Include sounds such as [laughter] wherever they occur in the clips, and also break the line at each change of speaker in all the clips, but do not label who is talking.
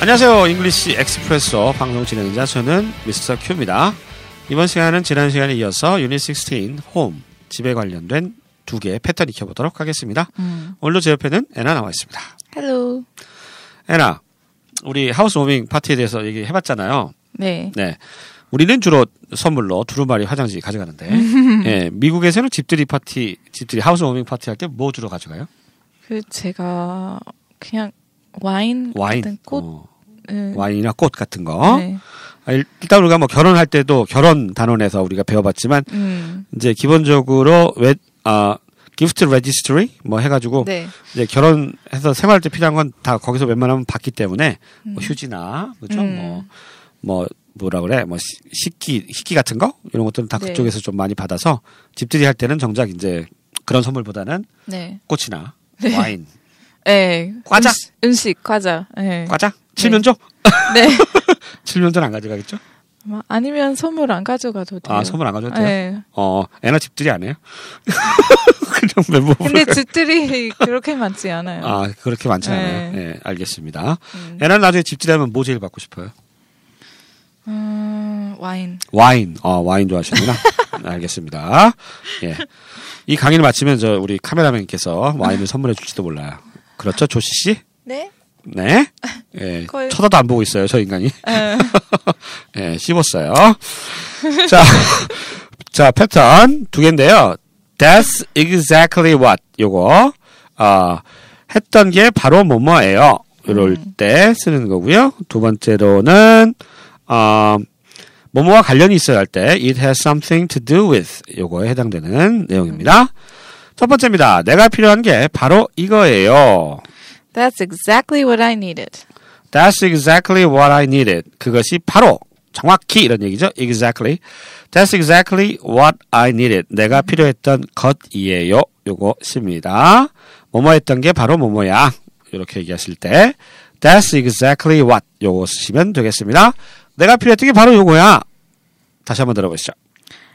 안녕하세요. 잉글리시 엑스프레소 방송 진행자 저는 미스터 큐입니다. 이번 시간은 지난 시간에 이어서 유닛 16 홈, 집에 관련된 두 개의 패턴 익혀보도록 하겠습니다.
음.
오늘도 제 옆에는 애나 나와 있습니다.
헬로.
애나, 우리 하우스워밍 파티에 대해서 얘기해봤잖아요.
네.
네. 우리는 주로 선물로 두루마리 화장지 가져가는데,
[laughs]
예, 미국에서는 집들이 파티, 집들이 하우스워밍 파티 할 때 뭐 주로 가져가요?
그 제가 그냥 와인,
와인.
같은 꽃.
어,
음,
와인이나 꽃 같은 거.
네.
아, 일- 일단 우리가 뭐 결혼할 때도 결혼 단원에서 우리가 배워봤지만
음.
이제 기본적으로 웨, 아 기프트 레지스트리 뭐 해가지고
네.
이제 결혼해서 생활할 때 필요한 건 다 거기서 웬만하면 받기 때문에 뭐
음.
휴지나 그죠
음.
뭐 뭐 뭐라 그래 뭐 시- 식기 식기 같은 거 이런 것들은 다
네.
그쪽에서 좀 많이 받아서 집들이 할 때는 정작 이제 그런 선물보다는
네.
꽃이나 와인
네.
어. 과자.
음식, 음식 과자. 네.
과자 칠면조
네.
칠면조는 안 가져가겠죠
아마 아니면 선물 안 가져가도 돼요.
아 선물 안 가져도 돼요
네.
어 애나 집들이 안 해요 [laughs] 그냥 멤버 [laughs]
근데 집들이 그렇게 많지 않아요.
아 그렇게 많지 않아요.
네.
예, 알겠습니다.
음.
애는 나중에 집들이하면 뭐 제일 받고 싶어요?
음, 와인.
와인. 어 와인
[laughs]
좋아하시는구나. 알겠습니다. 예. 이 강의를 마치면 저 우리 카메라맨께서 와인을 선물해 줄지도 몰라요. 그렇죠, 조시 씨?
네.
네. 예.
[laughs] 거의- 네.
쳐다도 안 보고 있어요, 저 인간이. [laughs] 예, 씹었어요. 자, [laughs] 자 패턴 두 개인데요. That's exactly what 요거 아 했던 게 바로 뭐뭐예요. 이럴
음.
때 쓰는 거고요. 두 번째로는 아 뭐뭐와 관련이 있어야 할 때 it has something to do with 요거에 해당되는
음.
내용입니다. 첫 번째입니다. 내가 필요한 게 바로 이거예요.
That's exactly what I needed.
That's exactly what I needed. 그것이 바로 정확히 이런 얘기죠. Exactly. That's exactly what I needed. 내가 필요했던 것이에요. 요것입니다. 뭐뭐 했던 게 바로 뭐뭐야. 이렇게 얘기하실 때 That's exactly what 요거 쓰시면 되겠습니다. 내가 필요했던 게 바로 요거야. 다시 한번 들어보시죠.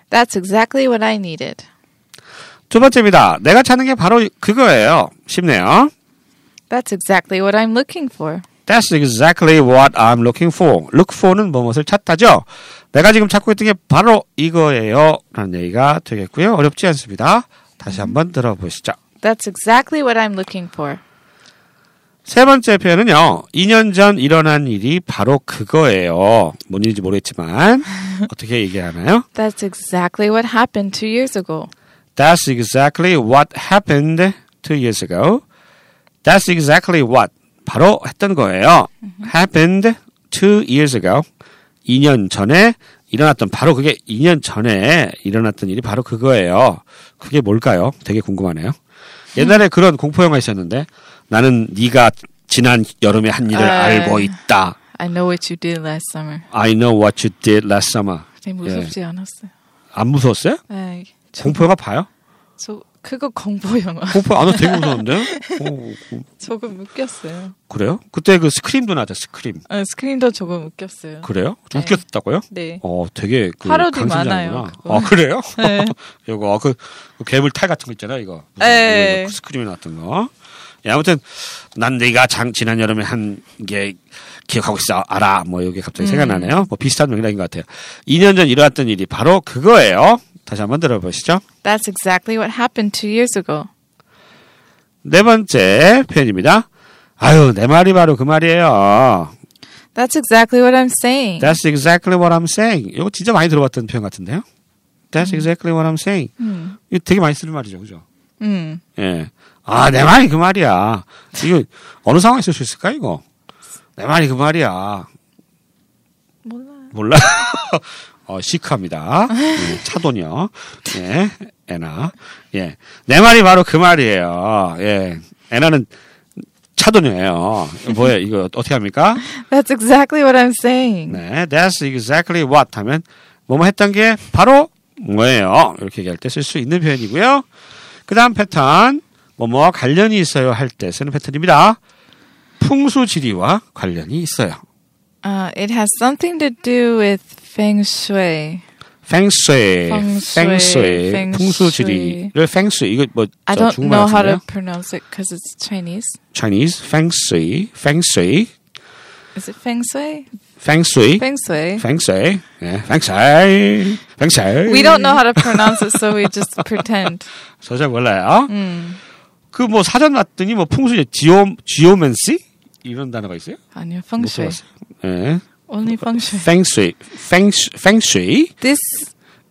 That's exactly what I needed.
두 번째입니다. 내가 찾는 게 바로 그거예요. 쉽네요.
That's exactly what I'm looking for.
That's exactly what I'm looking for. Look for는 무엇을 찾다죠. 내가 지금 찾고 있던 게 바로 이거예요. 라는 얘기가 되겠고요. 어렵지 않습니다. 다시 한번 들어보시죠.
That's exactly what I'm looking for.
세 번째 표현은요. 2년 전 일어난 일이 바로 그거예요. 뭔 일인지 모르겠지만 어떻게 얘기하나요?
That's exactly what happened two years ago.
That's exactly what happened two years ago. That's exactly what 바로 했던 거예요. Happened two years ago. 2년 전에 일어났던 바로 그게 2년 전에 일어났던 일이 바로 그거예요. 그게 뭘까요? 되게 궁금하네요. 옛날에 그런 공포 영화 있었는데 나는 네가 지난 여름에 한 일을
에이.
알고 있다.
I know what you did last summer.
I know what you did last summer.
되게 무섭지 않았어요.
안 무서웠어요?
에이, 저,
공포 영화 봐요?
저 그거 공포 영화. [laughs]
공포 안 아, 나 되게 무서운데? 어,
조금 웃겼어요.
그래요? 그때 그 스크림도 나왔죠, 스크림.
아, 스크린도 조금 웃겼어요.
그래요? 좀
네.
웃겼다고요?
네.
어, 되게 그
파로디
강심장이구나.
많아요, 그거.
아, 그래요?
[laughs] 네.
[laughs] 이거 아, 그, 그 괴물 탈 같은 거 있잖아요, 이거. 무슨
네.
이거, 이거 그 스크림에 나왔던 거. 예, 아무튼 난 네가 장, 지난 여름에 한 게 기억하고 있어 알아 뭐 이게
음.
갑자기 생각나네요 뭐 비슷한 맥락인 것 같아요 2년 전 일어났던 일이 바로 그거예요 다시 한번 들어보시죠
That's exactly what happened two years ago.
네 번째 표현입니다 아유 내 말이 바로 그 말이에요
That's exactly what I'm saying.
That's exactly what I'm saying. 이거 진짜 많이 들어봤던 표현 같은데요. That's exactly what I'm saying.
음.
이거 되게 많이 쓰는 말이죠, 그죠?
음.
예. 아, 내 말이 그 말이야. 이거 어느 상황에 쓸 수 있을까, 이거? 내 말이 그 말이야.
몰라.
몰라. [laughs] 어, 시크합니다. 예, 차돈이요. 예, 애나. 예. 내 말이 바로 그 말이에요. 예. 애나는 차돈이에요. 뭐예요, 이거 어떻게 합니까?
That's exactly what I'm saying.
네, that's exactly what 하면 뭐뭐 했던 게 바로 뭐예요. 이렇게 얘기할 때 쓸 수 있는 표현이고요. 그다음 패턴 뭐뭐와 관련이 있어요 할 때 쓰는 패턴입니다. 풍수지리와 관련이 있어요.
Uh, it has something to do with feng shui.
펭수이,
펭수이,
펭수이,
펭수이.
풍수지리를 펭수이 이거 뭐
I
저
don't
중국말
know how to
같은데요?
pronounce it because it's Chinese.
Chinese 펭수이, 펭수이
Is it feng shui?
팽수이.
Feng shui.
팽수이. 예, 팽수이. 팽수이.
We don't
[laughs]
know how to pronounce it, so we just pretend.
저 잘 몰라요.
음.
어? 그 뭐 사전 봤더니 뭐 풍수에 지오 지오맨시 이런 단어가 있어요?
아니요,
못
feng shui.
들어봤어요. 예.
Only feng shui.
팽수이. 팽수 팽수이.
This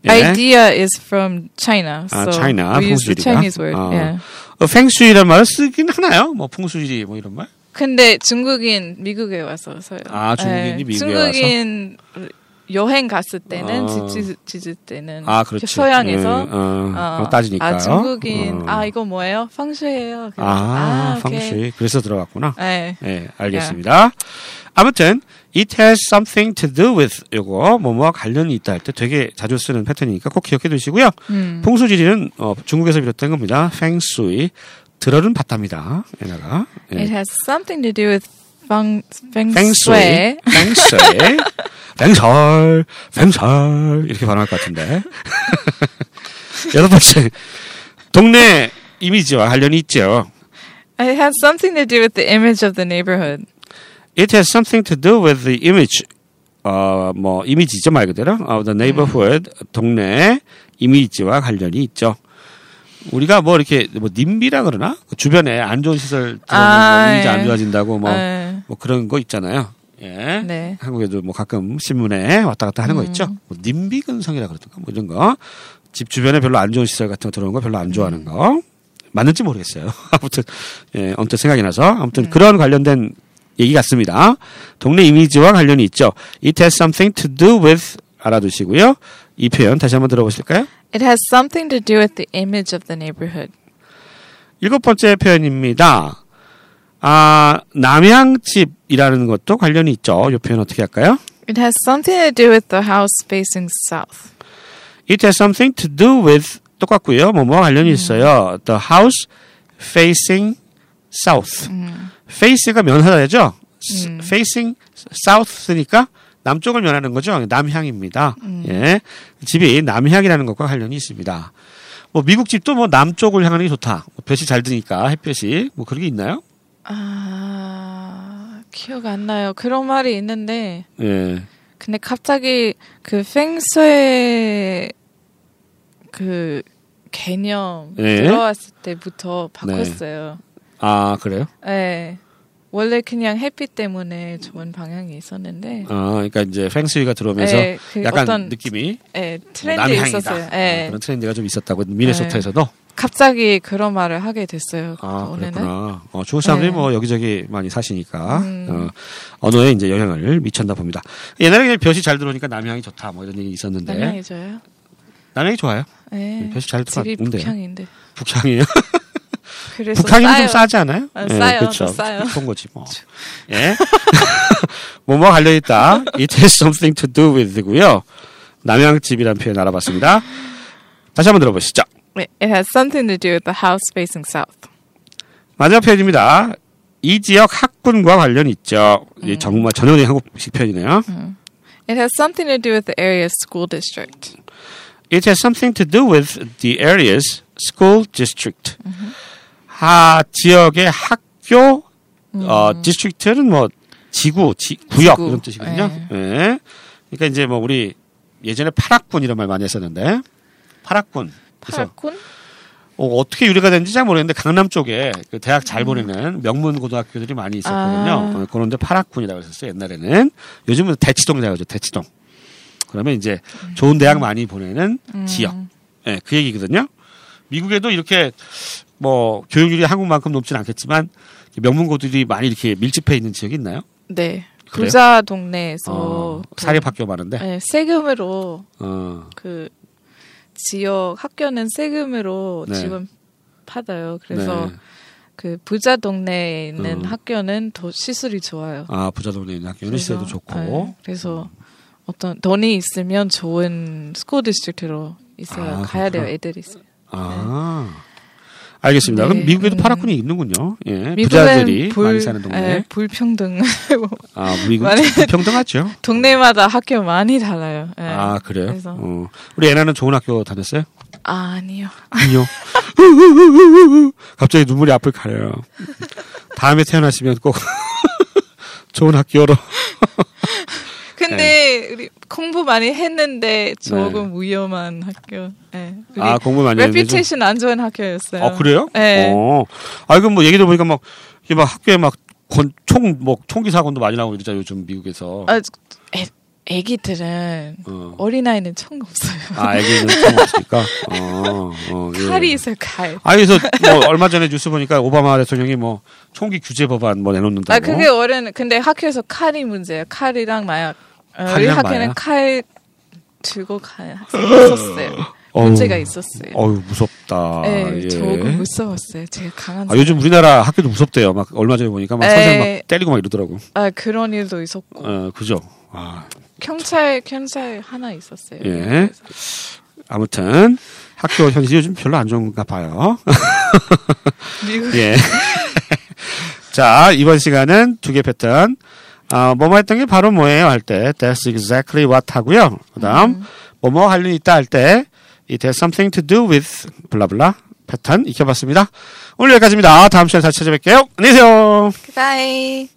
예.
idea is from China.
아,
So
Ah, China,
We use the
풍수지리가?
Chinese word.
아.
Yeah.
어, 팽수이란 말을 쓰긴 하나요? 뭐 풍수지리 뭐 이런 말?
음, 근데 중국인 미국에 와서 서요.
아, 중국인이 미국에
중국인 여행 갔을 때는
아.
지지 지질 때는
아, 그렇지.
서양에서
예, 어,
어,
그거 따지니까요.
아 중국인
어.
아 이거 뭐예요? 펑슈예요. 그래서,
아,
오케이.
펑슈이. 그래서 들어갔구나.
네.
예, 알겠습니다. 아무튼 it has something to do with 요거 뭐뭐와 관련이 있다 할 때 되게 자주 쓰는 패턴이니까 꼭 기억해 두시고요.
음.
풍수지리는 어, 중국에서 비롯된 겁니다. 팽수이 들어는 봤답니다. 얘네가. 예.
It has something to do with feng feng
팽수이,
shui.
팽수이, 팽설, 팽설 이렇게 발음할 것 같은데. [laughs] 여덟 번째 동네 이미지와 관련이 있죠.
It has something to do with the image of the neighborhood.
It has something to do with the image. 어, 뭐, 이미지죠, 말 그대로. Of the neighborhood, 동네 이미지와 관련이 있죠. 우리가 뭐 이렇게 뭐 님비라 그러나 그 주변에 안 좋은 시설 들어오면
아,
뭐 이미지
예.
안 좋아진다고 뭐,
네.
뭐 그런 거 있잖아요. 예.
네.
한국에도 뭐 가끔 신문에 왔다 갔다 하는 거 있죠. 뭐 님비 근성이라 그러던가 뭐 이런 거. 집 주변에 별로 안 좋은 시설 같은 거 들어오는 거 별로 안 좋아하는 거. 맞는지 모르겠어요. [laughs] 아무튼 예, 언뜻 생각이 나서 아무튼 그런 관련된 얘기 같습니다. 동네 이미지와 관련이 있죠. It has something to do with 알아두시고요. 이 표현 다시 한번 들어보실까요?
It has something to do with the image of the neighborhood.
일곱 번째 표현입니다. 아, 남양집이라는 것도 관련이 있죠. 이 표현 어떻게 할까요?
It has something to do with the house facing south.
It has something to do with 똑같고요. 뭐뭐 관련이
음.
있어요. The house facing south.
음.
face가 면하다죠. facing south니까 남쪽을 면하는 거죠. 남향입니다.
음.
예. 집이 남향이라는 것과 관련이 있습니다. 뭐 미국 집도 뭐 남쪽을 향하는 게 좋다. 뭐 볕이 잘 드니까 햇볕이 뭐 그런 게 있나요?
아 기억 안 나요. 그런 말이 있는데
예.
근데 갑자기 그 펭수의 그 개념
예?
들어왔을 때부터 바꿨어요.
아 그래요?
예. 원래 그냥 햇빛 때문에 좋은 방향이 있었는데
아 그러니까 이제 펭수이가 들어오면서
예, 그
약간
어떤
느낌이 뭐,
예, 트렌드
남향이다.
있었어요.
아,
예.
그런 트렌드가 좀 있었다고 미네소타에서도
갑자기 그런 말을 하게 됐어요.
아,
오늘은
그렇구나. 어, 중국 사람들이
네.
뭐 여기저기 많이 사시니까
음.
어, 언어에 이제 영향을 미쳤나 봅니다. 옛날에 그냥 볕이 잘 들어오니까 남향이 좋다 뭐 이런 얘기 있었는데 남향이,
남향이죠요.
좋아요.
예.
볕이 잘
집이
들어오는데
북향인데.
북향이에요.
그래서
[laughs] 북향이
싸요.
좀 싸지 않아요?
아, 싸요.
그렇죠.
더 싸요.
좋은 거지 뭐. 예. [laughs] 뭐뭐 관련 있다. It has something to do with고요. 남향집이란 표현 알아봤습니다. 다시 한번 들어보시죠.
네, It has something to do with the house facing south.
마지막 표현입니다. 이 지역 학군과 관련 이 있죠.
음.
이 정말 전형적인 한국식 표현이네요.
It has something to do with the area school district.
It has something to do with the area's school district. 하 지역의 학교 어 디스트릭트는 뭐 지구, 지- 구역
음. 지구. 네.
이런 뜻이거든요. 예. 그러니까 이제 뭐 우리 예전에 파락군 이런 말 많이 했었는데 파락군. 그래서
파라군?
어, 어떻게 유래가 되는지 잘 모르겠는데 강남 쪽에
네.
그 대학 잘 보내는 명문 고등학교들이 많이 있었거든요.
음. 아.
어, 그런데 파락군이라고 했었어요. 옛날에는 요즘은 대치동이라고 하죠. 대치동. 그러면 이제
음.
좋은 대학 많이 보내는 지역. 예, 그 얘기거든요. 미국에도 이렇게 뭐 교육률이 한국만큼 높진 않겠지만 명문고들이 많이 이렇게 밀집해 있는 지역이 있나요?
네.
그래요?
부자 동네에서
어,
그-
사립학교 많은데.
네, 세금으로
어,
그 지역 학교는 세금으로
네.
지금 받아요. 그래서
네.
그 부자 동네에 있는
음.
학교는 더 시술이 좋아요.
아 부자 동네 있는 학교는
그래서-
시세도 좋고.
네, 그래서 어떤 돈이 있으면 좋은 스쿨 디스트릭트로 있어요.
아,
가야 돼요.
그렇구나.
애들이 있어요.
아. 알겠습니다. 그럼
네,
미국에도
음.
파라군이 있는군요. 예.
미국은
부자들이
불-
많이 사는 동네.
예, 불평등. [laughs]
아, 미국
많이-
평등하죠.
동네마다 학교 많이 달라요. 예.
아, 그래요?
그래서-
어. 우리 애나는 좋은 학교 다녔어요?
아, 니요 [laughs]
아니요. [laughs] 갑자기 눈물이 앞을 가려요. 다음에 태어나시면 꼭 [laughs] 좋은 학교로.
근데
네.
우리 공부 많이 했는데 조금 위험한 학교. 네. 우리
아, 공부 많이 했는데 좀-
레피테이션 안 좋은 학교였어요.
아 그래요?
네.
어. 아 이건 뭐 얘기 들어보니까 막 이게 막 학교에 막총뭐 총기 사건도 많이 나오고 이러잖아요 요즘 미국에서.
아, 애, 애기들은
어.
어린아이는 총 없어요.
아 애기는 총 없으니까. 어. 어 예.
칼이 있어요, 칼.
아 그래서 뭐 얼마 전에 뉴스 보니까 오바마 대통령이 뭐 총기 규제 법안 뭐 내놓는다고.
아, 그게 어른, 근데 학교에서 칼이 문제예요. 칼이랑 마약. 어, 우리
칼이랑
학교는
마약?
칼 들고
[gasps]
가는 학생이 있었어요.
어우.
문제가 있었어요.
어유 무섭다.
네,
예.
조금 무서웠어요. 제가 강한
아 요즘 우리나라 학교도 무섭대요. 막 얼마 전에 보니까 막
에이.
선생 막 때리고 막 이러더라고.
아, 그런 일도 있었고
어 그죠. 아
경찰 경찰 하나 있었어요.
예. 아무튼 학교 현실이 요즘 별로 안 좋은가 봐요.
[laughs] 미국
예. [laughs] 자, 이번 시간은 두 개 패턴. 아, 뭐뭐 했던 게 바로 뭐예요 할 때, that's exactly what 하고요. 그 다음, 뭐뭐 할 일 있다 할 때, it has something to do with 블라블라 패턴 익혀봤습니다. 오늘 여기까지입니다. 다음 시간에 다시 찾아뵐게요. 안녕히 계세요.
바이.